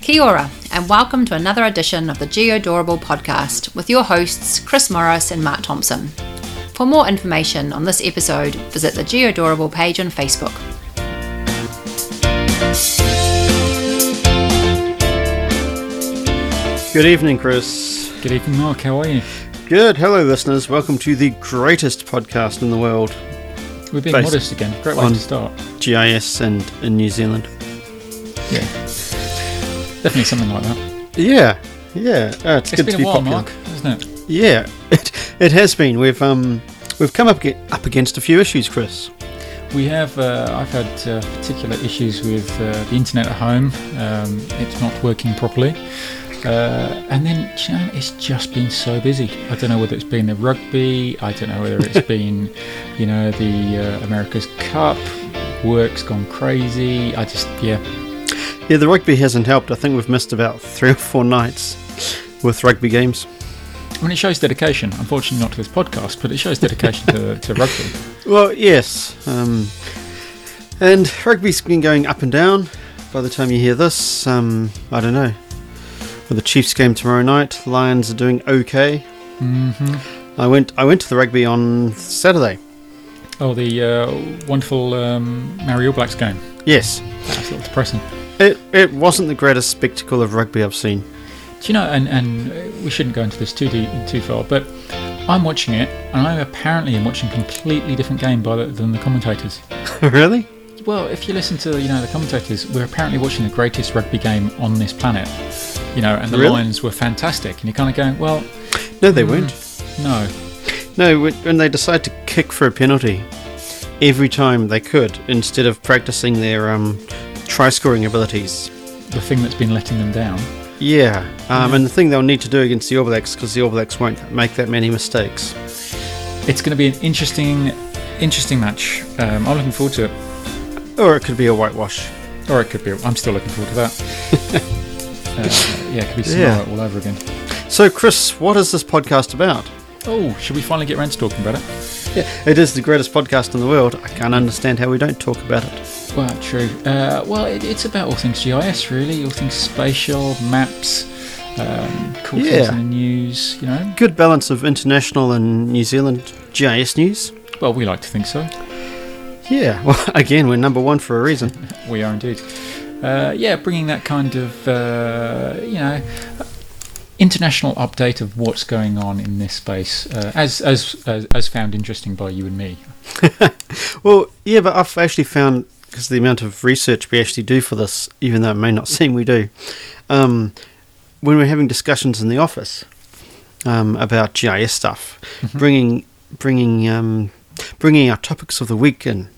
Kia ora, and welcome to another edition of the Geodorable podcast with your hosts Chris Morris and Mark Thompson. For more information on this episode, visit the Geodorable page on Facebook. Good evening, Chris. Good evening, Mark. How are you? Good. Hello, listeners. Welcome to the greatest podcast in the world, We're being Based modest again. Great way on- to start. GIS and in New Zealand. Yeah. Definitely something like that. Yeah, yeah. Uh, it's, it's good been to be a while, popular. Mark, hasn't it? Yeah, it, it has been. We've um we've come up ag- up against a few issues, Chris. We have. Uh, I've had uh, particular issues with uh, the internet at home. Um, it's not working properly. Uh, and then do you know, it's just been so busy. I don't know whether it's been the rugby. I don't know whether it's been, you know, the uh, America's Cup. Work's gone crazy. I just yeah. Yeah, the rugby hasn't helped. I think we've missed about three or four nights with rugby games. I mean, it shows dedication. Unfortunately, not to this podcast, but it shows dedication to, to rugby. Well, yes. Um, and rugby's been going up and down. By the time you hear this, um, I don't know. Well, the Chiefs game tomorrow night. Lions are doing okay. hmm I went. I went to the rugby on Saturday. Oh, the uh, wonderful um, Mario Blacks game. Yes, That's a little depressing. it it wasn't the greatest spectacle of rugby I've seen. Do you know? And and uh, we shouldn't go into this too deep, too far, but I'm watching it, and I apparently am watching a completely different game by the, than the commentators. really? Well, if you listen to you know the commentators, we're apparently watching the greatest rugby game on this planet. You know, and the Really? Lions were fantastic, and you're kind of going, well, No, they weren't. no, No, wh- when they decide to kick for a penalty every time they could, instead of practicing their um, try scoring abilities. the thing that's been letting them down. Yeah, um, and the thing they'll need to do against the All Blacks because the All Blacks won't make that many mistakes. It's going to be an interesting, interesting match. Um, I'm looking forward to it. Or it could be a whitewash. Or it could be. I'm still looking forward to that. uh, yeah, it could be Yeah. Sonora all over again. So, Chris, what is this podcast about? Oh, should we finally get around to talking about it? Yeah, it is the greatest podcast in the world. I can't understand how we don't talk about it. Well, true. Uh, well, it, it's about all things GIS, really. All things spatial, maps, um, cool things Yeah. in the news, you know. Good balance of international and New Zealand GIS news. Well, we like to think so. Yeah, well, again, we're number one for a reason. We are indeed. Uh, yeah, bringing that kind of, uh, you know, international update of what's going on in this space, uh, as, as, as, as found interesting by you and me. Well, yeah, but I've actually found because the amount of research we actually do for this, even though it may not seem we do, um, when we're having discussions in the office um, about GIS stuff, Mm-hmm. bringing bringing um, bringing our topics of the week in.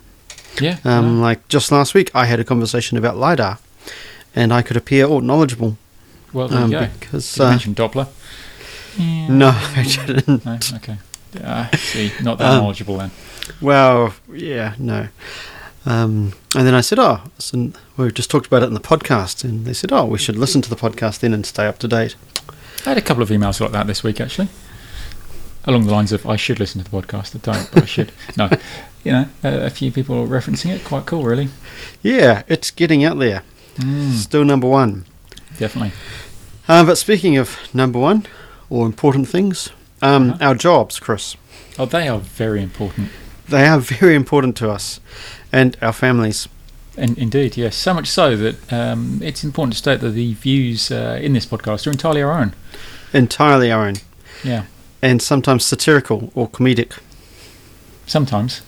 Yeah. Um, Like just last week, I had a conversation about lidar, and I could appear all knowledgeable. Well, there Um, you go. because, Did you uh, mention Doppler? Yeah. No, I didn't. No? Okay. Ah, see, not that Um, knowledgeable then. Well, yeah, no. Um, and then I said, oh, so we just talked about it in the podcast. And they said, oh, we should listen to the podcast then and stay up to date. I had a couple of emails like that this week, actually. Along the lines of, I should listen to the podcast. I don't, but I should. No. You know, a, a few people are referencing it. Quite cool, really. Yeah, it's getting out there. Mm, Still number one. definitely. Um, but speaking of number one or important things, um, Uh-huh. our jobs, Chris, Oh, they are very important. they are very important to us and our families. In, indeed, yes. So much so that um, it's important to state that the views uh, in this podcast are entirely our own. Entirely our own Yeah. and sometimes satirical or comedic. Sometimes.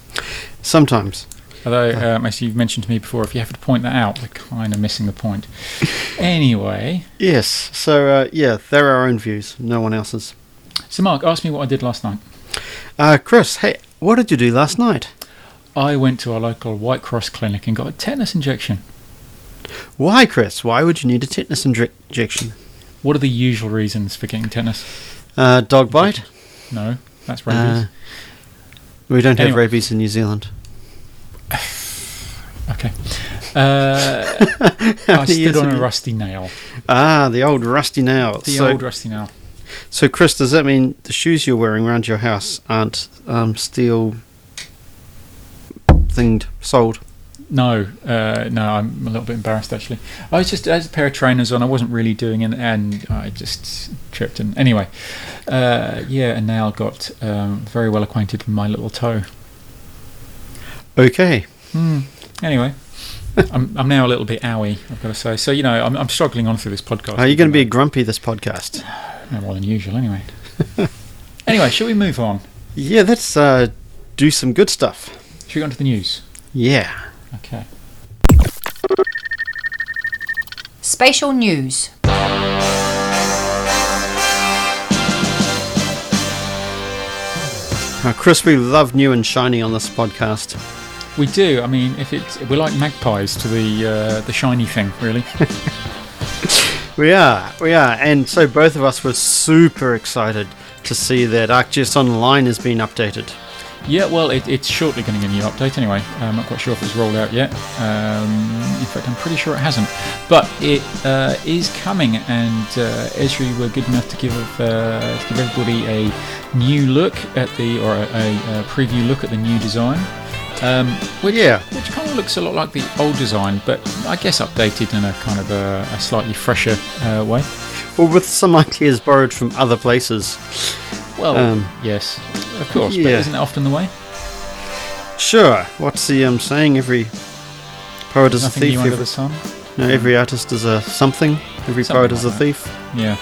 Sometimes. Although, um, as you've mentioned to me before, if you have to point that out, they're kind of missing the point. Anyway, Yes. So, uh, yeah, they're our own views, no one else's. so Mark, ask me what I did last night. Uh, Chris, hey, what did you do last night? I went to our local White Cross clinic and got a tetanus injection. Why, Chris? Why would you need a tetanus inje- injection? What are the usual reasons for getting tetanus? Uh, dog bite? No, that's rabies. We don't have Anyway. rabies in New Zealand. okay. Uh, I many years stood on have a you- rusty nail. Ah, the old rusty nail. The so, old rusty nail. so, Chris, does that mean the shoes you're wearing around your house aren't um, steel thinged, sold? No, uh, no, I'm a little bit embarrassed actually. I was just I had a pair of trainers on. I wasn't really doing it, and I just tripped. And anyway, uh, yeah, and now got um, very well acquainted with my little toe. Okay. Hmm. Anyway, I'm, I'm now a little bit owie. I've got to say. So you know, I'm, I'm struggling on through this podcast. Are you going to be grumpy this podcast? no more than usual? Anyway. anyway, shall we move on? Yeah, let's uh, do some good stuff. Should we go on to the news? Yeah. Okay. Spatial news. Uh, Chris, we love new and shiny on this podcast. We do. I mean, if it's we're like magpies to the uh, the shiny thing, really. We are, we are. And so both of us were super excited to see that ArcGIS Online has been updated. yeah. Well, it, it's shortly going to get a new update anyway. Uh, I'm not quite sure if it's rolled out yet. Um, in fact, I'm pretty sure it hasn't. But it uh, is coming, and uh, Esri were good enough to give uh, to give everybody a new look at the or a, a, a preview look at the new design. Um, which, Yeah. which kind of looks a lot like the old design, but I guess updated in a kind of a, a slightly fresher uh, way. Well, with some ideas borrowed from other places. Well, Um, yes, of course, but yeah. isn't that often the way? Sure, what's the um, saying? Every poet is Nothing a new thief. under Every, the sun. no, every artist is a something. Every Something poet like is a that. thief. Yeah.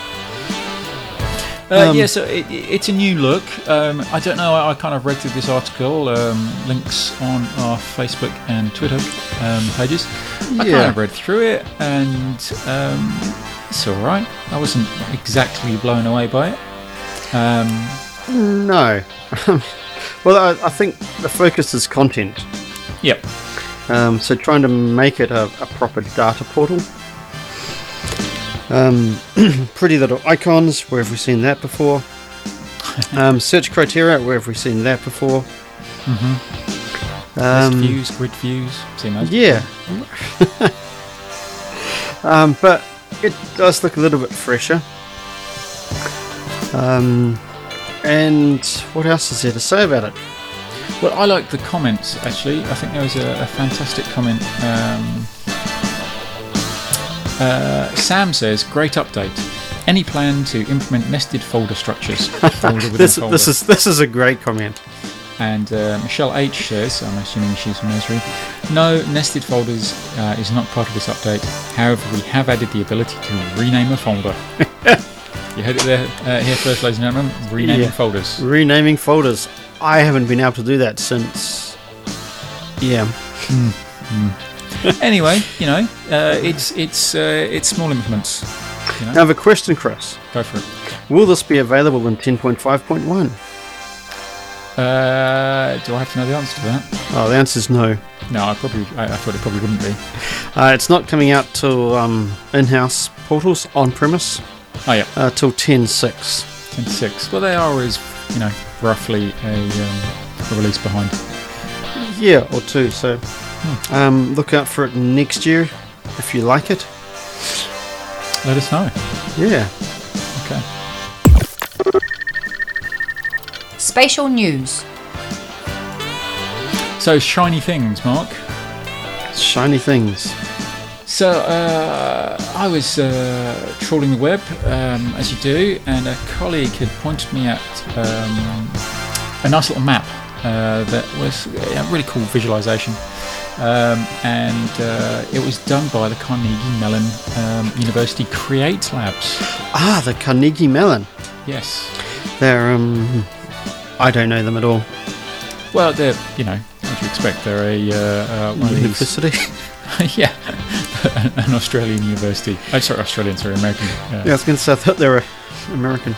Uh, Um, yeah, so it, it- it's a new look. Um, I don't know. I, I kind of read through this article. Um, links on our Facebook and Twitter um, pages. I kind Yeah. of read through it, and um, it's all right. I wasn't exactly blown away by it. Um, No. well, I, I think the focus is content. yep. Um, so trying to make it a, a proper data portal. Um, pretty little icons, where have we seen that before? um, search criteria, where have we seen that before? List Mm-hmm. Um, views, grid views. Seen those? yeah. um, but it does look a little bit fresher. Um, and what else is there to say about it? Well, I like the comments actually. I think there was a, a fantastic comment. Um, uh, Sam says, "Great update. Any plan to implement nested folder structures? Folder within This, folder. this is this is a great comment. And uh, Michelle H says, I'm assuming she's from Esri, no, nested folders uh, is not part of this update. However, we have added the ability to rename a folder. you heard it there uh, here first, ladies and gentlemen. Renaming Yeah. folders. Renaming folders. I haven't been able to do that since. Yeah. anyway, you know, uh, it's it's uh, it's small implements. You know? Now, I have a question, Chris. Go for it. Will this be available in 10.5.1? Uh, do I have to know the answer to that? Oh, the answer is no. No, I probably I, I thought it probably wouldn't be. Uh, it's not coming out till um, in house portals on premise Oh yeah, uh, till 10.6. ten six. Well, they are always you know roughly a, um, a release behind. Yeah, or two, so um, look out for it next year if you like it. Let us know. Yeah. Okay. Spatial news. So shiny things, Mark. Shiny things. So uh, I was uh, trawling the web, um, as you do, and a colleague had pointed me at um, a nice little map uh, that was a really cool visualization. Um, and uh, it was done by the Carnegie Mellon um, University Create Labs. Ah, the Carnegie Mellon. Yes. They're, um, I don't know them at all. Well, they're, you know, what do you expect? They're a, uh, uh, one of these University. yeah, an Australian university. Oh, sorry, Australian, sorry, American. Uh, yeah, I was going to say, I thought they were American.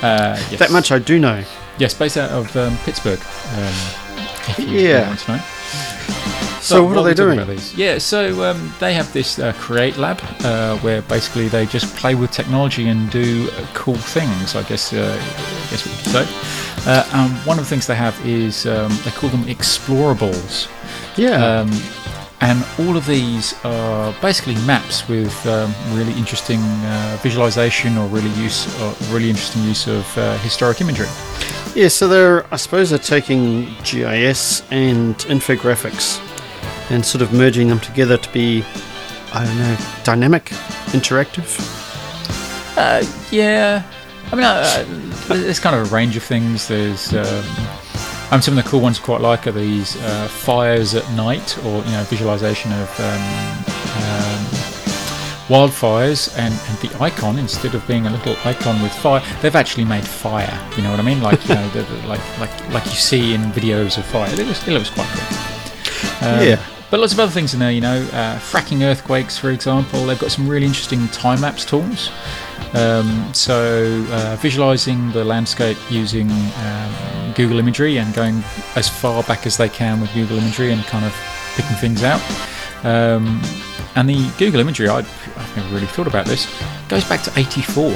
uh, yes. That much I do know. Yes, based out of um, Pittsburgh. Um, if you Yeah. want to know. So, But what are they we're talking doing? about these- Yeah, so um, they have this uh, Create Lab uh, where basically they just play with technology and do uh, cool things. I guess uh, I guess we could say. Uh, and one of the things they have is um, they call them explorables. Yeah. Um, and all of these are basically maps with um, really interesting uh, visualization or really use, or really interesting use of uh, historic imagery. yeah, so they're, I suppose, they're taking GIS and infographics and sort of merging them together to be, I don't know, dynamic, interactive. Uh, yeah. I mean, uh, uh, there's kind of a range of things. There's, um, I mean, some of the cool ones I quite like are these uh, fires at night, or you know, visualization of um, um, wildfires, and, and the icon instead of being a little icon with fire, they've actually made fire. You know what I mean? Like you know, the, the- like like like you see in videos of fire. It looks, it looks quite cool. Um, Yeah. But lots of other things in there, you know, uh, fracking earthquakes, for example. They've got some really interesting time lapse tools. Um, so, uh, visualizing the landscape using um, Google imagery and going as far back as they can with Google imagery and kind of picking things out. Um, and the Google imagery, I, I've never really thought about this, goes back to 84.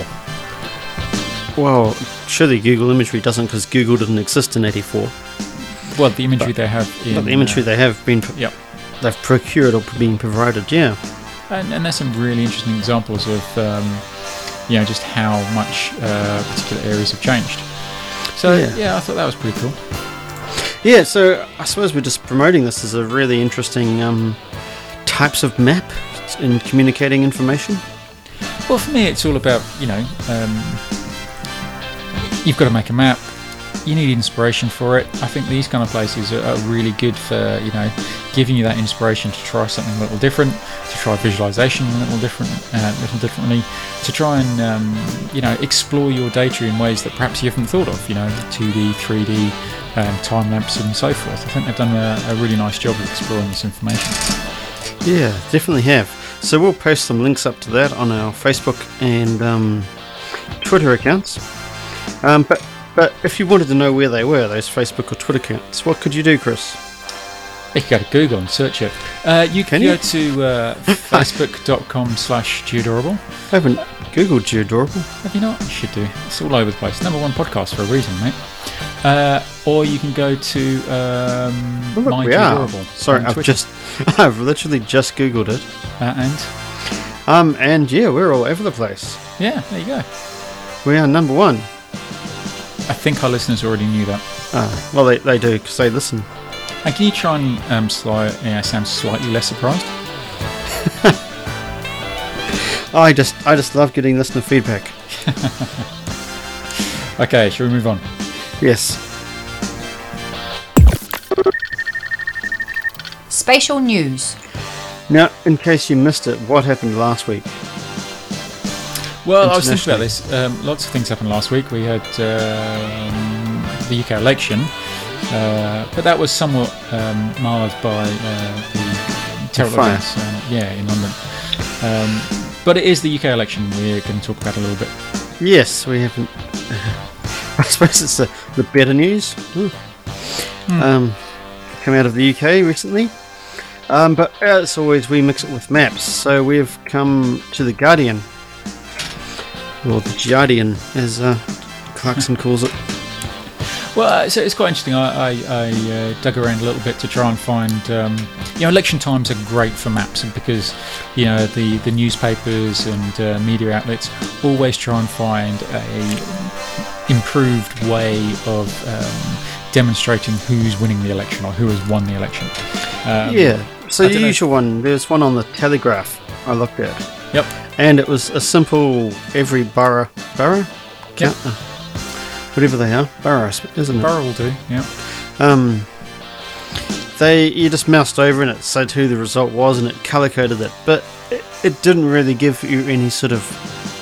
Well, surely Google imagery doesn't because Google didn't exist in '84. Well, the imagery they have in. But the imagery uh, they have been, pro- Yep. they've procured or been provided. Yeah, And, and there's some really interesting examples of, um, you know, just how much uh, particular areas have changed. So Yeah. yeah. I thought that was pretty cool. yeah. So I suppose we're just promoting this as a really interesting um, types of map in communicating information. Well, for me, it's all about you know, um, you've got to make a map. You need inspiration for it. I think these kind of places are, are really good for you know, giving you that inspiration to try something a little different, to try visualization a little different, uh, little differently, to try and um, you know, explore your data in ways that perhaps you haven't thought of. You know, 2D, 3D, um, time lapse, and so forth. I think they've done a, a really nice job of exploring this information. Yeah, definitely have. So we'll post some links up to that on our Facebook and um, Twitter accounts. Um, but but if you wanted to know where they were, those Facebook or Twitter accounts, what could you do, Chris? You can go to Google and search it. Uh, you Can can, you? go to uh, facebook.com slash Tudorable. I haven't googled Geodorable. Have you not? You should do. It's all over the place. Number one podcast for a reason, mate. Uh, or you can go to um, Oh, Look, My we are. Tudorable Sorry, on I've Twitter. just I've literally just googled it. Uh, and, Um, and yeah, we're all over the place. yeah, there you go. We are number one. I think our listeners already knew that. Ah, well, they, they do because they listen. And can you try and um, sli- yeah, sound slightly less surprised? I just I just love getting listener feedback. Okay, shall we move on? Yes. Spatial news. Now, in case you missed it, what happened last week? Well, I was thinking Internationally. about this. Um, lots of things happened last week. We had um, the UK election, uh, but that was somewhat um, marred by uh, the terrible fire. events, um, yeah, in London. Um, but it is the UK election we're going to talk about a little bit. Yes, we haven't. I suppose it's the, the better news. Hmm. Hmm. Um, come out of the UK recently. Um, but as always, we mix it with maps. So we've come to the Guardian. Or the Giardian, as uh, Clarkson calls it. Well, uh, so it's quite interesting. I, I, I uh, dug around a little bit to try and find. Um, you know, election times are great for maps because, you know, the, the newspapers and uh, media outlets always try and find a improved way of um, demonstrating who's winning the election or who has won the election. Um, yeah. So I the dunno. usual one. There's one on the Telegraph I looked at. Yep. And it was a simple every borough. Borough? Yep. Uh, Whatever they are. Borough, isn't it? Borough will do. Yep. Um, they you just moused over and it said who the result was and it color coded it, but it, it didn't really give you any sort of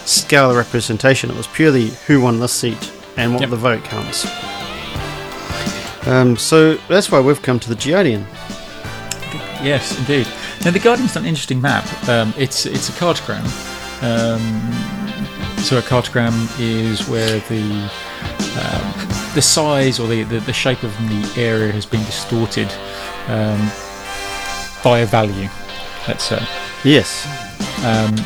scale representation. It was purely who won this seat and what Yep. the vote counts. Um, so that's why we've come to the Geodian. Yes, indeed. Now the Guardian's an interesting map. Um, it's it's a cartogram. Um, so a cartogram is where the um, the size or the, the, the shape of the area has been distorted um, by a value. Let's say. Yes, Um,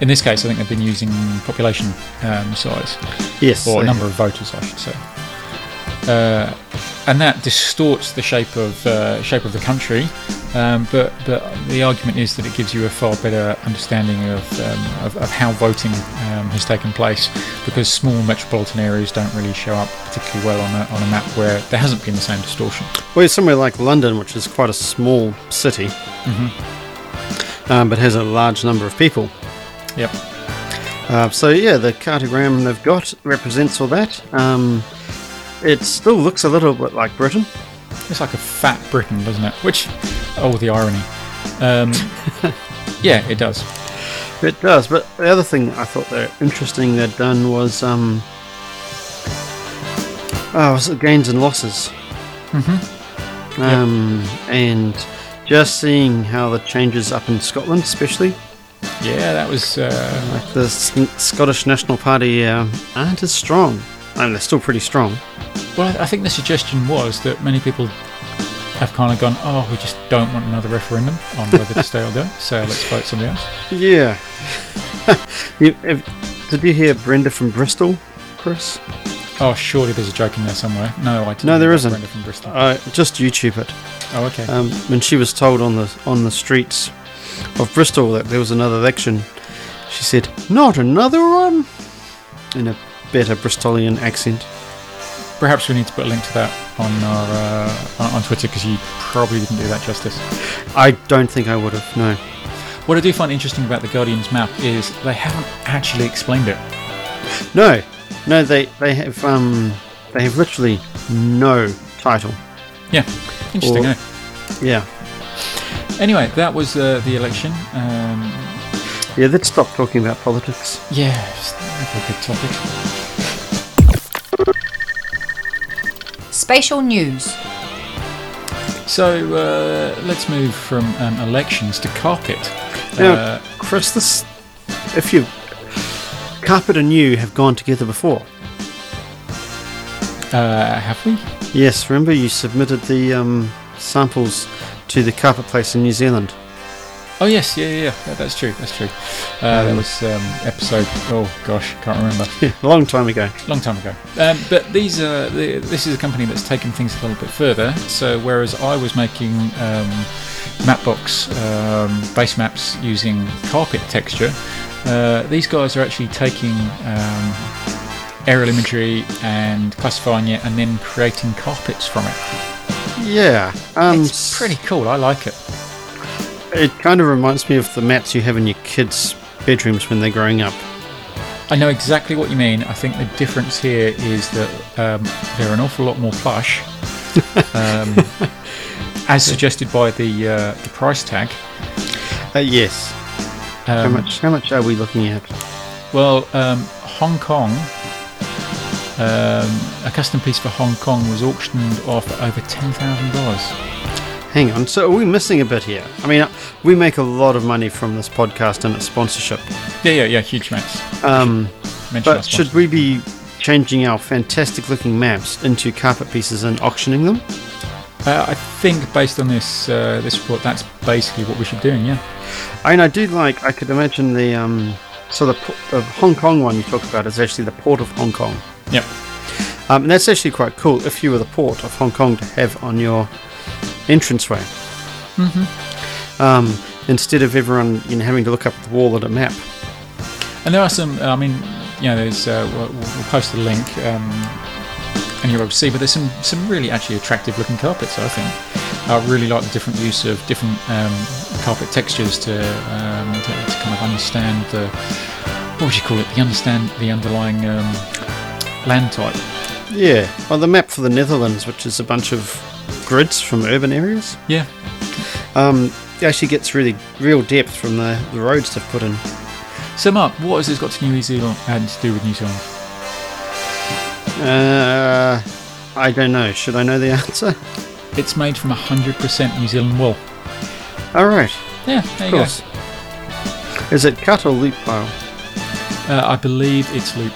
in this case, I think they've been using population um, size yes. or they- number of voters, I should say. Uh, and that distorts the shape of uh, shape of the country. Um, but but the argument is that it gives you a far better understanding of um, of, of how voting um, has taken place because small metropolitan areas don't really show up particularly well on a, on a map where there hasn't been the same distortion. Well, it's somewhere like London, which is quite a small city, Mm-hmm. um, but has a large number of people. Yep. Uh, so yeah, the cartogram they've got represents all that. Um, it still looks a little bit like Britain. It's like a fat Britain, doesn't it? Which, oh, the irony. Um, yeah, it does. It does, but the other thing I thought that interesting they'd done was um, oh, was it gains and losses, mm-hmm. um, and just seeing how the changes up in Scotland, especially Yeah, that was. Uh, the S- Scottish National Party, uh, aren't as strong. I mean, they're still pretty strong. well, I think the suggestion was that many people have kind of gone, oh, we just don't want another referendum on whether to stay or go, so let's vote somebody else. Yeah. you, if, did you hear Brenda from Bristol, Chris? Oh, surely there's a joke in there somewhere. No, I didn't. No, there know isn't. Brenda from Bristol. Uh, just YouTube it. oh, okay. Um, when she was told on the on the streets of Bristol that there was another election, she said, "Not another one," in a better Bristolian accent. Perhaps we need to put a link to that on our uh, on- on Twitter because you probably didn't do that justice. I don't think I would have. No. What I do find interesting about the Guardian's map is they haven't actually explained it. No, no, they they have um they have literally no title. Yeah, interesting. Or- eh? Yeah, Anyway, that was uh, the election. Um, yeah. Let's stop talking about politics. yeah, it's a big topic. Spatial news. So uh, let's move from um, elections to carpet. Now, Uh, Chris, this if you carpet and you have gone together before. uh, have we? Yes, remember you submitted the um, samples to the carpet place in New Zealand. Oh yes, yeah, yeah, yeah. That- That's true. That's true. Uh, that was um, episode. Oh gosh, can't remember. Yeah, a long time ago. long time ago. Um, but these are the, this is a company that's taken things a little bit further. So whereas I was making um, Mapbox um, base maps using carpet texture, uh, these guys are actually taking um, aerial imagery and classifying it, and then creating carpets from it. Yeah, um, It's pretty cool. I like it. It kind of reminds me of the mats you have in your kids' bedrooms when they're growing up. I know exactly what you mean. I think the difference here is that um, they're an awful lot more plush, um, as suggested by the uh, the price tag. Uh, yes. how Um, much? How much are we looking at? Well, um, Hong Kong, um, a custom piece for Hong Kong was auctioned off at over ten thousand dollars. Hang on. So are we missing a bit here? I mean, uh, we make a lot of money from this podcast and its sponsorship. Yeah, yeah, yeah, huge amounts. Um, Mention but that should we be changing our fantastic-looking maps into carpet pieces and auctioning them? sponsor. Uh, I think based on this uh, this report, that's basically what we should be doing. Yeah. I mean, I do like. I could imagine the um. So the, p- the Hong Kong one you talked about is actually the port of Hong Kong, Yep. um, and that's actually quite cool if you were the port of Hong Kong to have on your entranceway. Mm-hmm. Mm-hmm. Um, instead of everyone you know, having to look up the wall at a map. And there are some. I mean, you know, there's. Uh, we'll, we'll post the link, um, and you'll be able to see. But there's some some really actually attractive looking carpets. I think. I really like the different use of different um, carpet textures to, um, to to kind of understand the what would you call it? The understand the underlying um, land type. Yeah. Well, the map for the Netherlands, which is a bunch of grids from urban areas, Yeah. um, it actually gets really real depth from the, the roads they've put in. So Mark, what has this got to New Zealand and to do with New Zealand? Uh, I don't know. Should I know the answer? It's made from 100% New Zealand wool. All right. Yeah, there Of you go. course. Is it cut or loop pile? Uh, I believe it's loop.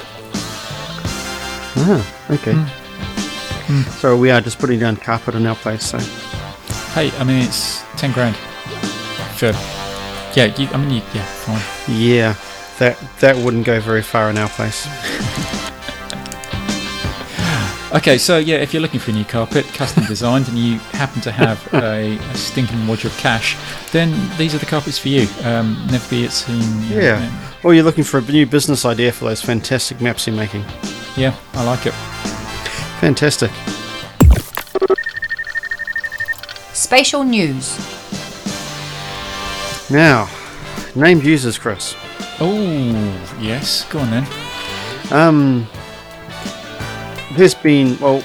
Ah, okay. Hmm. So we are just putting down carpet in our place. So Hey, I mean it's ten grand. For yeah, you, I mean you, yeah, fine. yeah, that that wouldn't go very far in our place. Okay, so yeah, if you're looking for a new carpet, custom designed, and you happen to have a, a stinking wodge of cash, then these are the carpets for you. Um, never be it seen. you know, Yeah. Or Oh, you're looking for a new business idea for those fantastic maps you're making. yeah, I like it. Fantastic. Spatial news. Now, named users, Chris. Oh yes, go on then. Um, there's been, well,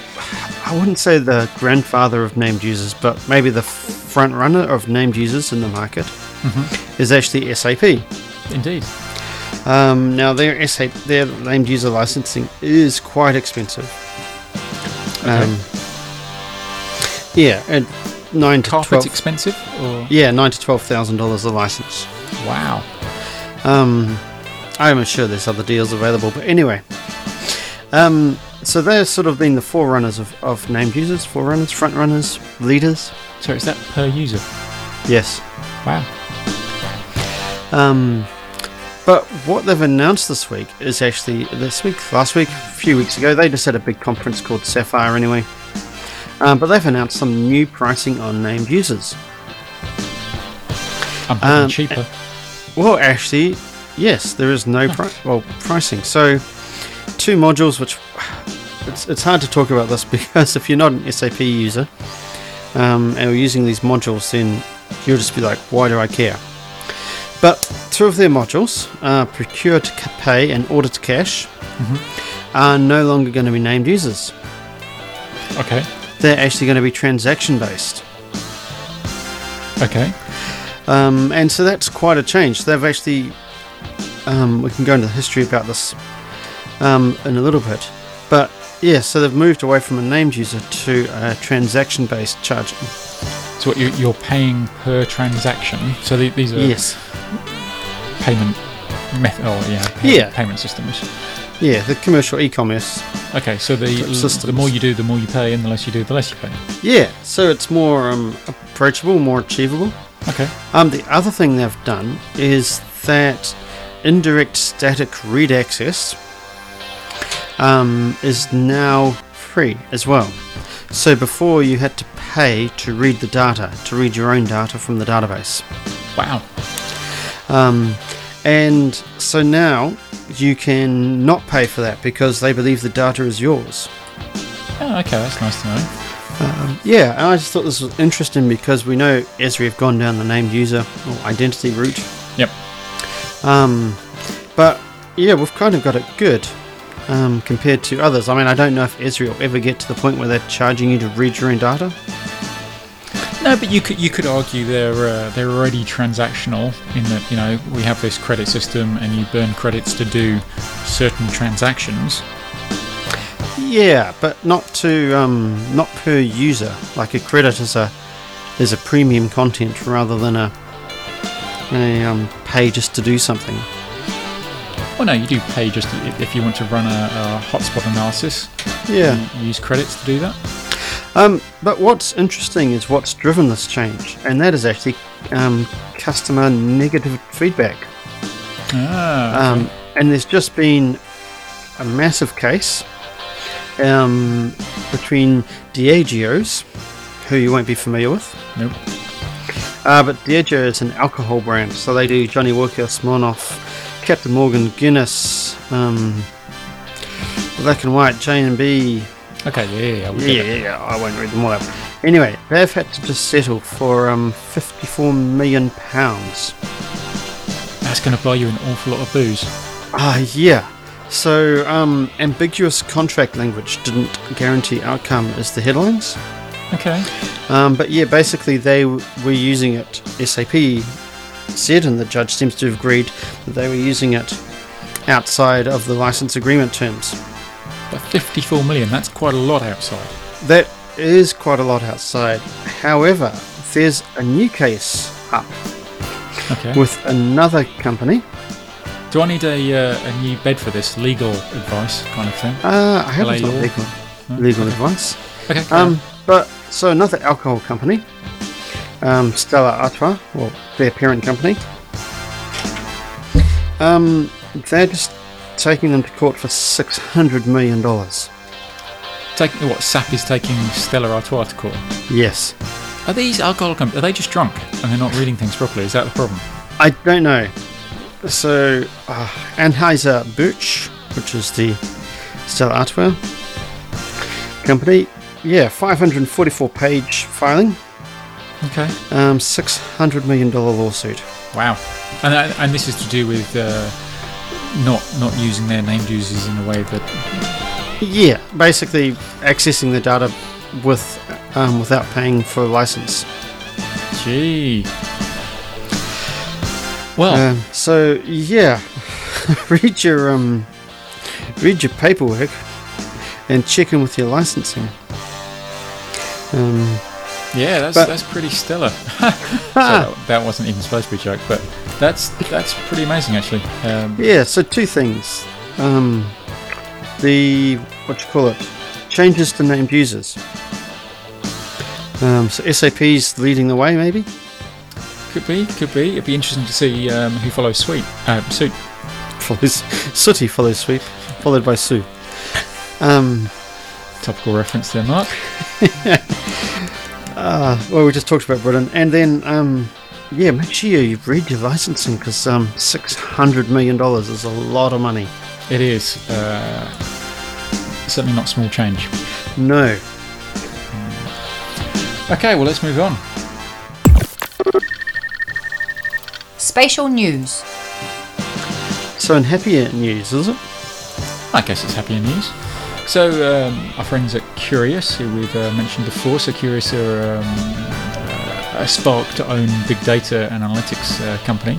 I wouldn't say the grandfather of named users, but maybe the f- front runner of named users in the market is actually SAP. Indeed. Um, now, their SAP, their named user licensing is quite expensive. Um, yeah, and nine to Carpet's twelve. expensive, or yeah, nine to twelve thousand dollars a license. wow. Um, I'm sure there's other deals available, but anyway. Um, so they're sort of been the forerunners of, of named users, forerunners, front runners, leaders. So is that per user? Yes. Wow. Um, but what they've announced this week is actually this week, last week, a few weeks ago, they just had a big conference called Sapphire anyway. Um, but they've announced some new pricing on named users. I'm paying Um, cheaper. Well, actually, yes, there is no pri- well pricing. So, two modules, which it's, it's hard to talk about this because if you're not an SAP user um, and you're using these modules, then you'll just be like, why do I care? But two of their modules, uh, Procure to Ca- Pay and Order to Cash, are no longer going to be named users. Okay. They're actually going to be transaction based. Okay. Um, and so that's quite a change. They've actually, um, we can go into the history about this um, in a little bit. But yeah, so they've moved away from a named user to a transaction based charge. So what, you're, you're paying per transaction. So the, these are Yes. payment method. Oh yeah. payment- Yeah. Payment systems. Yeah, the commercial e commerce. Okay. So the Type systems. the more you do, the more you pay, and the less you do, the less you pay. Yeah, so it's more um, approachable, more achievable. Okay. Um, the other thing they've done is that indirect static read access um, is now free as well. So before you had to pay to read the data, to read your own data from the database. Wow. Um, and so now you can not pay for that because they believe the data is yours. Oh, okay. That's nice to know. Yeah, and I just thought this was interesting because we know Esri have gone down the named user or identity route. Yep. Um, but yeah, we've kind of got it good um, compared to others. I mean, I don't know if Israel ever get to the point where they're charging you to read your own data. No, but you could you could argue they're uh, they're already transactional in that you know we have this credit system and you burn credits to do certain transactions. Yeah, but not to um, not per user. Like a credit is a is a premium content rather than a a um, pay just to do something. Well, no, you do pay just i- if you want to run a, a hotspot analysis. Yeah. You use credits to do that. Um, but what's interesting is what's driven this change, and that is actually um, customer negative feedback. Ah, Um, and there's just been a massive case um, between Diageo's, who you won't be familiar with, nope. uh, but Diageo is an alcohol brand, so they do Johnny Walker, Smirnoff, Captain Morgan, Guinness, um, Black and White, J and B. Okay, yeah, yeah, yeah. we get Yeah, it. yeah, yeah, I won't read them all out. Anyway, they've had to just settle for um, 54 million pounds. That's going to buy you an awful lot of booze. Ah, yeah. So, um, ambiguous contract language didn't guarantee outcome is the headlines. Okay. Um, but yeah, basically they w- were using it. SAP said, and the judge seems to have agreed that they were using it outside of the license agreement terms. But 54 million, that's quite a lot outside. That is quite a lot outside. However, there's a new case up Okay. with another company. Do I need a, uh, a new bed for this? Legal advice kind of thing? Uh, I haven't got Legal. legal, legal advice. Okay. uh, Um, but so another alcohol company, um, Stella Artois, or their parent company, um, they're just taking them to court for six hundred million dollars. taking what SAP is taking Stella Artois to court. Yes. Are these alcoholic? Are they just drunk and they're not reading things properly? Is that the problem? I don't know. So, uh, Anheuser-Busch, which is the Stella Artois company, yeah, 544 page filing, Okay. um, $600 million lawsuit. Wow. And that- and this is to do with uh, not not using their named users in a way that. Yeah, basically accessing the data with um, without paying for a license. Gee. Well, Um, so yeah, read your um, read your paperwork and check in with your licensing. Um, yeah, that's but- that's pretty stellar. So that, that wasn't even supposed to be a joke, but that's that's pretty amazing actually. Um, yeah, so two things. Um, the what you call it changes to named users. Um, so SAP's leading the way, maybe. could be, could be. It'd be interesting to see um, who follows Sweet. Uh, suit. Follows Sooty follows Sweep, followed by Sue. Um, Topical reference there, Mark. Uh, well, we just talked about Britain, and then um, yeah, make sure you read your licensing because um, six hundred million dollars is a lot of money. It is uh, certainly not small change. No, Okay, well let's move on. Spatial news. so in happier news, is it? I guess it's happier news. So um, our friends at Curious, who we've uh, mentioned before, so Curious are um, uh, a Spark to own big data and analytics uh, company.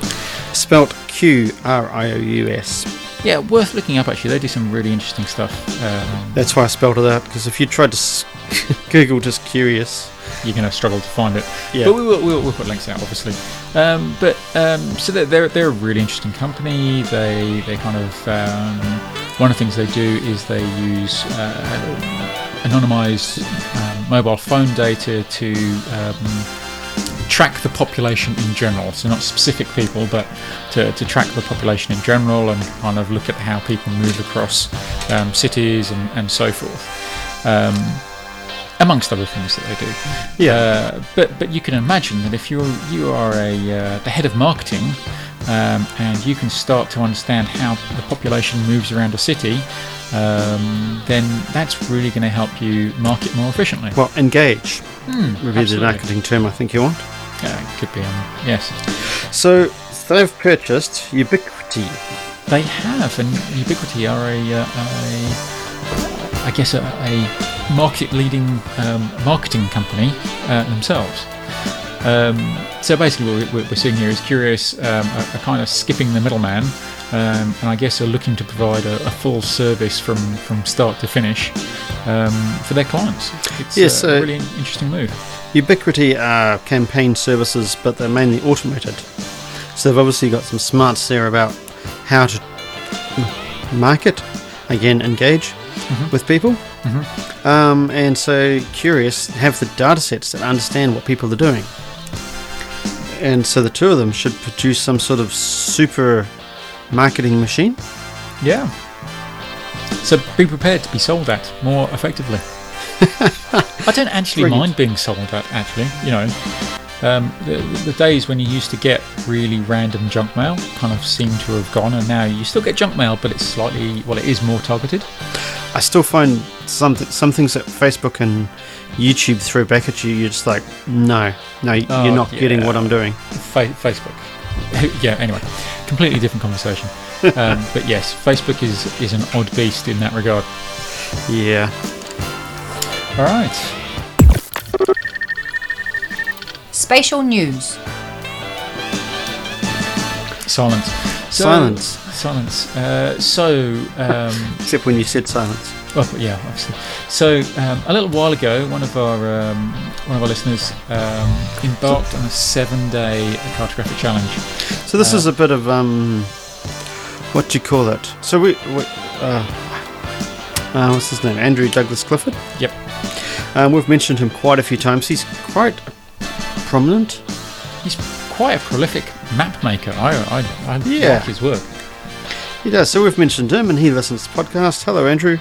Spelt Q R I O U S. Yeah, worth looking up actually. They do some really interesting stuff. Um, That's why I spelled it out because if you tried to s- Google just curious, you're going to struggle to find it. yeah, But we will, we'll, we'll put links out, obviously. Um, but um, so they're, they're they're a really interesting company. They they kind of um, one of the things they do is they use uh, anonymized um, mobile phone data to um, track the population in general. So not specific people, but to, to track the population in general and kind of look at how people move across um, cities and, and so forth. Um, amongst other things that they do. yeah, Uh, but but you can imagine that if you're you are a uh, the head of marketing, um, and you can start to understand how the population moves around a city, um, then that's really going to help you market more efficiently. well, engage. Hmm, Would be the absolutely. marketing term I think you want. Uh, could be um, yes. So they've purchased Ubiquity. They have, and Ubiquity are a, uh, a I guess, a, a market-leading um, marketing company uh, themselves. Um, so basically, what we- we're seeing here is Curious um, are, are kind of skipping the middleman, um, and I guess are looking to provide a, a full service from, from start to finish um, for their clients. It's Yeah, uh, so- a really interesting move. Ubiquity are campaign services, but they're mainly automated. So they've obviously got some smarts there about how to m- market, again, engage with people. Um, and so Curious have the data sets that understand what people are doing. And so the two of them should produce some sort of super marketing machine. Yeah. So be prepared to be sold at more effectively. I don't actually Brilliant. mind being sold at, actually. You know, um, the, the days when you used to get really random junk mail kind of seem to have gone, and now you still get junk mail, but it's slightly, well, it is more targeted. I still find some, th- some things that Facebook and YouTube throw back at you, you're just like, no, no, y- Oh, you're not getting yeah. what I'm doing. Fa- Facebook. yeah, anyway, completely different conversation. Um, but yes, Facebook is, is an odd beast in that regard. Yeah. All right. Spatial news. Silence. So- Silence. Silence. Uh, so, um, Except when you said silence. Oh, yeah, obviously. So um, a little while ago, one of our um, one of our listeners um, embarked on a seven-day cartographic challenge. So this Uh, is a bit of um, what do you call it? So we, we uh, uh, what's his name? Andrew Douglas Clifford. Yep. Um, we've mentioned him quite a few times. He's quite prominent. He's quite a prolific map maker. I I, I Yeah. like his work. He does. So we've mentioned him, and he listens to the podcast. Hello, Andrew.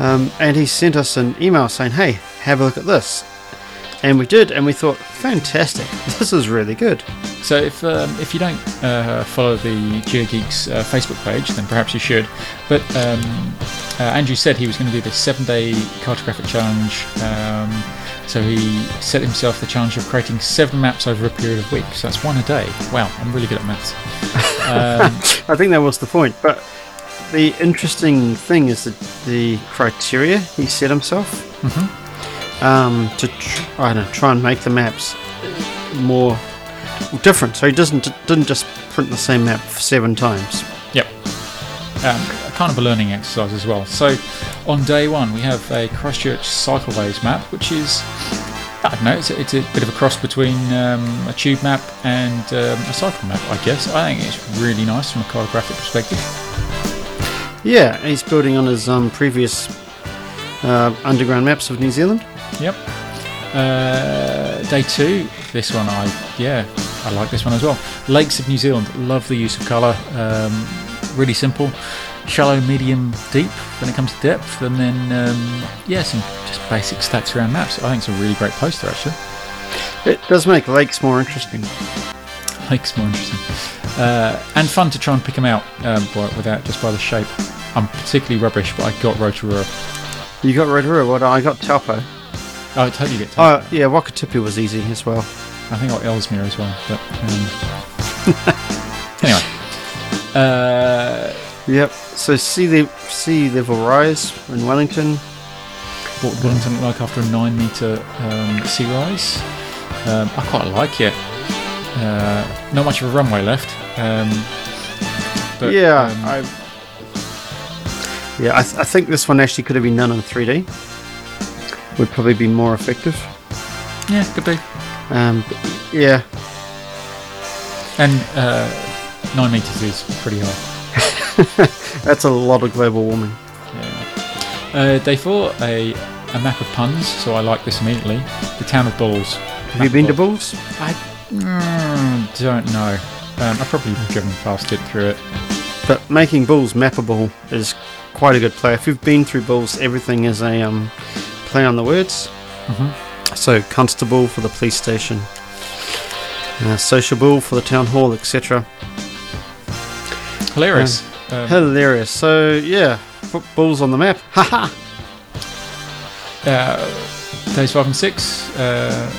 Um, and he sent us an email saying, hey, have a look at this. And we did, and we thought, fantastic, this is really good. So if um, if you don't uh, follow the GeoGeeks uh, Facebook page, then perhaps you should. But um, uh, Andrew said he was going to do this seven-day cartographic challenge. Um, so he set himself the challenge of creating seven maps over a period of weeks. So that's one a day. Wow, I'm really good at maths. Um, I think that was the point. But the interesting thing is that the criteria he set himself um, to tr- I don't know, try and make the maps more different. So he doesn't didn't just print the same map seven times. Yep. Um, kind of a learning exercise as well. So, on day one, we have a Christchurch cycleways map, which is, I don't know, it's a, it's a bit of a cross between um, a tube map and um, a cycle map, I guess. I think it's really nice from a cartographic perspective. Yeah, and he's building on his um, previous uh, underground maps of New Zealand. Yep. Uh, day two, this one I yeah I like this one as well. Lakes of New Zealand, love the use of colour. Um, really simple, shallow, medium, deep when it comes to depth, and then um, yeah some just basic stats around maps. I think it's a really great poster actually. It does make lakes more interesting. Lakes more interesting uh, and fun to try and pick them out um, by- without just by the shape. I'm particularly rubbish, but I got Rotorua. You got Rotorua, what I got Taupo. Oh, I totally get. Oh yeah, Wakatipu was easy as well. I think got Ellesmere as well, but um, anyway. Uh, Yep. So sea the sea level rise in Wellington. what Wellington looked like after a nine metre um, sea rise. Um, I quite like it. Uh, not much of a runway left. Um, but, yeah, um, I. Yeah, I, th- I think this one actually could have been done in 3D. Would probably be more effective. yeah, could be. Um, but yeah, And uh, nine metres is pretty high. that's a lot of global warming. Yeah. Uh, day four, a, a map of puns, so I like this immediately. The town of Balls. Have you been to Bulls? I mm, don't know. Um, I've probably driven past it through it. But making Bulls mappable is quite a good play. If you've been through Bulls, everything is a um, play on the words. So constable for the police station, uh, sociable for the town hall, etc. Hilarious. Um, Hilarious. So yeah, put Bulls on the map. Haha. uh, days five and six. Uh,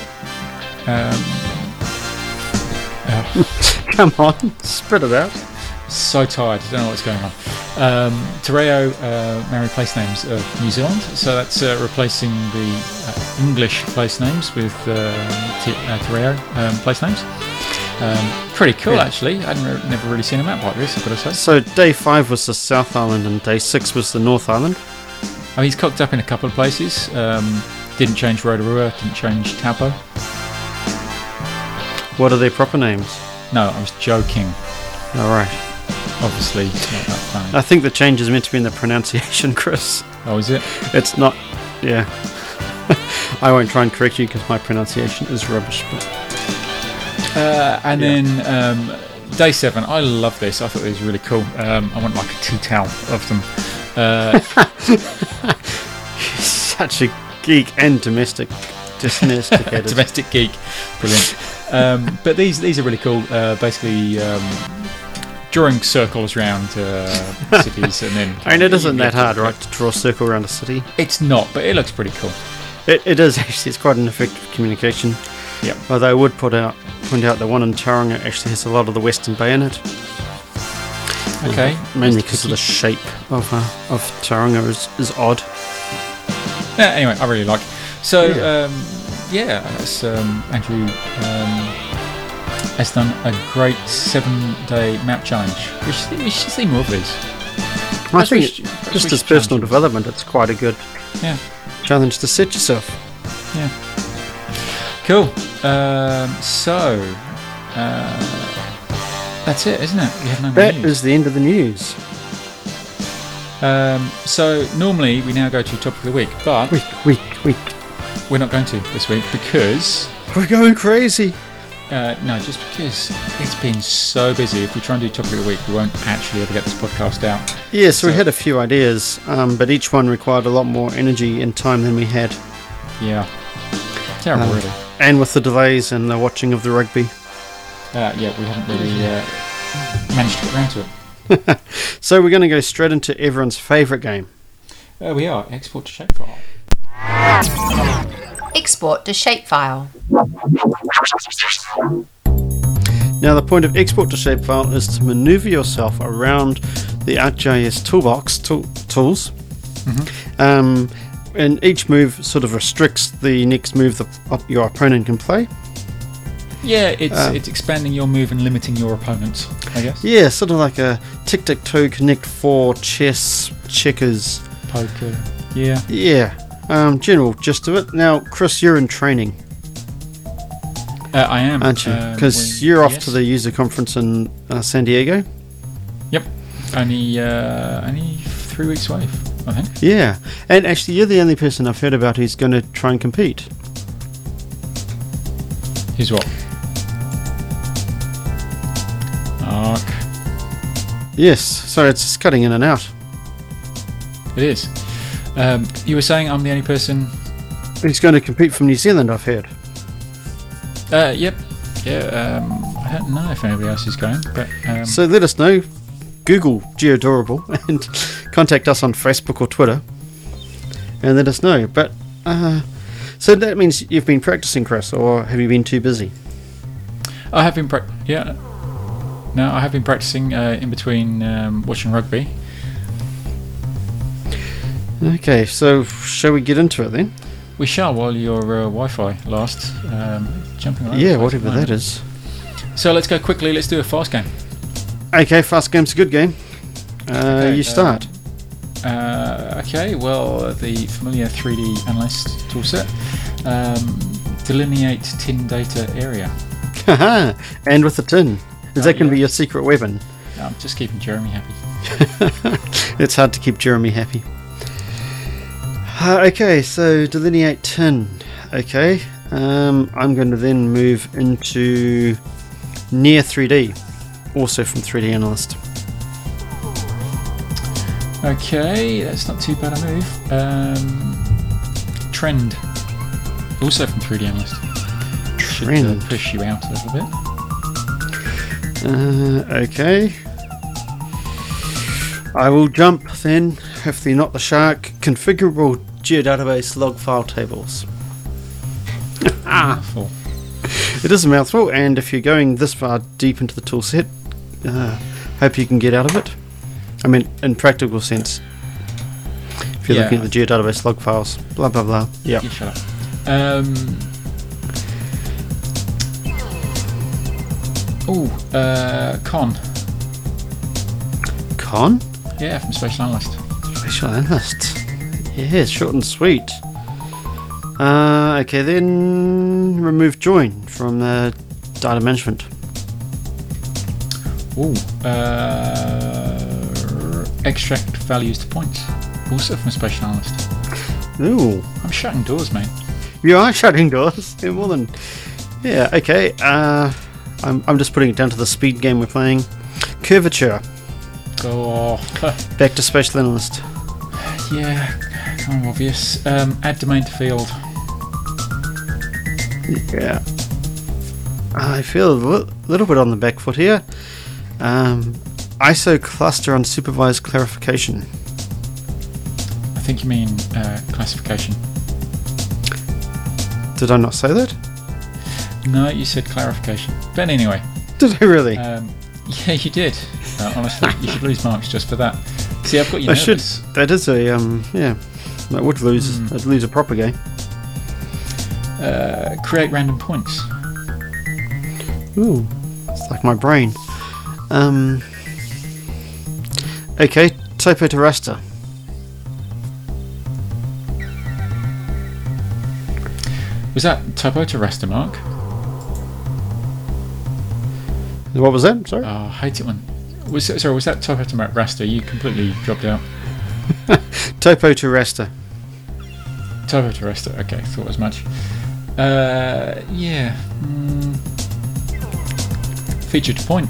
um, Come on, spread it out. so tired. Don't know what's going on. Um, Te Reo uh, Maori place names of New Zealand. So that's uh, replacing the uh, English place names with um, Te, uh, Te Reo um, place names. Um, pretty cool, Yeah. actually. I'd re- never really seen a map like this. I've got to say. So day five was the South Island and day six was the North Island. I mean, he's cocked up in a couple of places. Um, didn't change Rotorua. Didn't change Taupo. What are their proper names? No, I was joking. All right. Obviously, it's not that funny. I think the change is meant to be in the pronunciation, Chris. Oh, is it? It's not. Yeah. I won't try and correct you because my pronunciation is rubbish. But Uh, and Yeah. then um, day seven, I love this. I thought it was really cool. Um, I want like a tea towel of them. Uh, such a geek and domestic, domesticated. domestic geek, brilliant. Um, but these these are really cool. Uh, basically, um, drawing circles around uh, cities, and then I mean, it isn't that hard, right, to draw a circle around a city. It's not, but it looks pretty cool. It, it is actually. It's quite an effective communication. Yep. Although I would put out point out the one in Tauranga actually has a lot of the Western Bay in it. Mm-hmm. Okay. Mainly because of the shape of uh, of Tauranga is, is odd. Yeah, anyway, I really like. So Yeah. yeah, um, yeah that's, um, Andrew um, has done a great seven-day map challenge. We should, we should see more of these. I Perhaps we think should- it- perhaps we just as should challenge personal them. development, it's quite a good Yeah, challenge to set yourself. yeah. Cool. Um, so uh, that's it, isn't it? We have no more That news. is the end of the news. Um, so normally we now go to topic of the week, but Week, week, week. we're not going to this week because We're going crazy. Uh, no, just because it's been so busy. If we try and do topic of the week, we won't actually ever get this podcast out. Yeah, so, we So- had a few ideas, um, but each one required a lot more energy and time than we had. Yeah. Terrible, Um, really. And with the delays and the watching of the rugby. Uh, yeah, we haven't really uh, managed to get around to it. So we're going to go straight into everyone's favourite game. There Uh, we are. Export to shapefile. Export to shapefile. Now, the point of export to shapefile is to maneuver yourself around the ArcGIS toolbox tool, tools. Um, and each move sort of restricts the next move the, op- your opponent can play. Yeah, it's Um, it's expanding your move and limiting your opponents. I guess. Yeah, sort of like a tic tac toe, connect four, chess, checkers. Poker. Yeah. Yeah, um, general gist of it. Now, Chris, you're in training, Uh, I am. aren't you? um, Because we- you're off yes. to the user conference in uh, San Diego. Yep. Only uh, only three weeks away, I think. Yeah, and actually, you're the only person I've heard about who's going to try and compete. Here's what. Arc. Yes, so it's just cutting in and out. It is. Um, you were saying I'm the only person. He's going to compete from New Zealand, I've heard. Uh, yep. Yeah. Um, I don't know if anybody else is going, but um, So let us know. Google Geodorable and contact us on Facebook or Twitter and let us know. But, uh, so that means you've been practicing, Chris, or have you been too busy? I have been prac yeah. No, I have been practicing uh, in between um, watching rugby. Okay, so shall we get into it then? We shall while your uh, Wi-Fi lasts. Um, jumping. all over the Yeah, place whatever at the that moment. is. So let's go quickly. Let's do a fast game. Okay, fast game's a good game. Uh, Okay, you start. Uh, okay, well, the familiar 3D analyst toolset. Um, delineate tin data area. Haha, and with the tin. Is Oh, that going to be yeah. your secret weapon? I'm just keeping Jeremy happy. It's hard to keep Jeremy happy. Uh, okay, so delineate tin. Okay, um, I'm going to then move into near 3D, also from 3D Analyst. Okay, that's not too bad a move. Um, trend. Also from 3D Analyst. Should uh, Trend. push you out a little bit. Uh, okay. I will jump then, if they're not the shark, configurable geodatabase log file tables. Mouthful. It is a mouthful, and if you're going this far deep into the toolset, uh, hope you can get out of it. I mean, in practical sense, if you're Yeah. looking at the geodatabase log files, blah blah blah. Yeah. You shut up. Um, oh, uh, con. Con Yeah, from Spatial Analyst. special analyst. Yeah, short and sweet. Uh, okay, then remove join from the data management. Ooh. Uh, extract values to points. Also from Spatial Analyst. Ooh, I'm shutting doors, mate. you are shutting doors. You're more than. Yeah. Okay. Uh, I'm I'm just putting it down to the speed game we're playing. Curvature. Go off. Back to Special Analyst. Yeah, kind of obvious. Um, add domain to field. Yeah. I feel a li- little bit on the back foot here. Um, ISO cluster unsupervised clarification. I think you mean uh, classification. Did I not say that? No, you said clarification. But anyway, Did I really? um, yeah, you did. Uh, honestly, you should lose marks just for that. See, I've got you I should. nervous. That is a um. Yeah. I would lose. I'd lose a proper game. Uh, create random points. Ooh. It's like my brain. Um. Okay. Typo terrestre. Was that typo to rest a mark? What was that? Sorry. Oh, I hate it when. Was sorry, was that typo to mark raster? You completely dropped out. Typo terrestre. Turbo Terrestre, okay, thought as much. Uh, yeah. Mm. feature to point.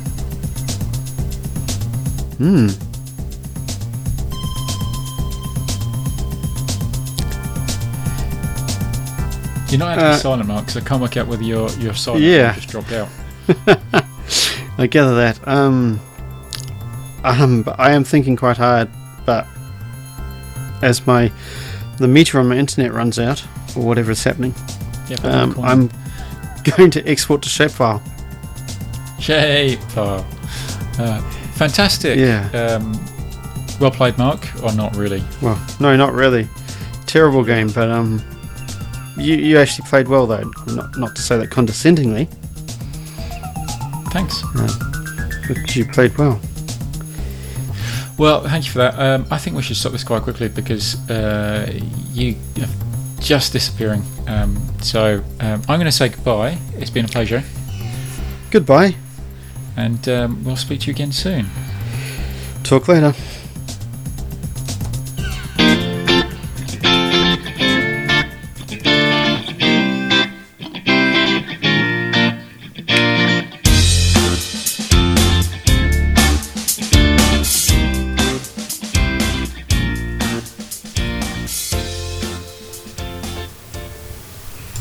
Hmm. You're not actually Uh, silent, Mark, because I can't work out whether you're, you're silent or Yeah. you just dropped out. I gather that. Um, um, but I am thinking quite hard, but as my the meter on my internet runs out or whatever is happening, Yeah, but um, corner. I'm going to export to shapefile. Shape. Oh. Uh, fantastic. Yeah. Um, well played, Mark, or not really. Well, no, not really. Terrible game, but um, you you actually played well though. Not not to say that condescendingly, Thanks. but you played well. Well, thank you for that. Um, I think we should stop this quite quickly because uh, you are just disappearing. Um, so um, I'm going to say goodbye. It's been a pleasure, Goodbye. and um, we'll speak to you again soon. Talk later.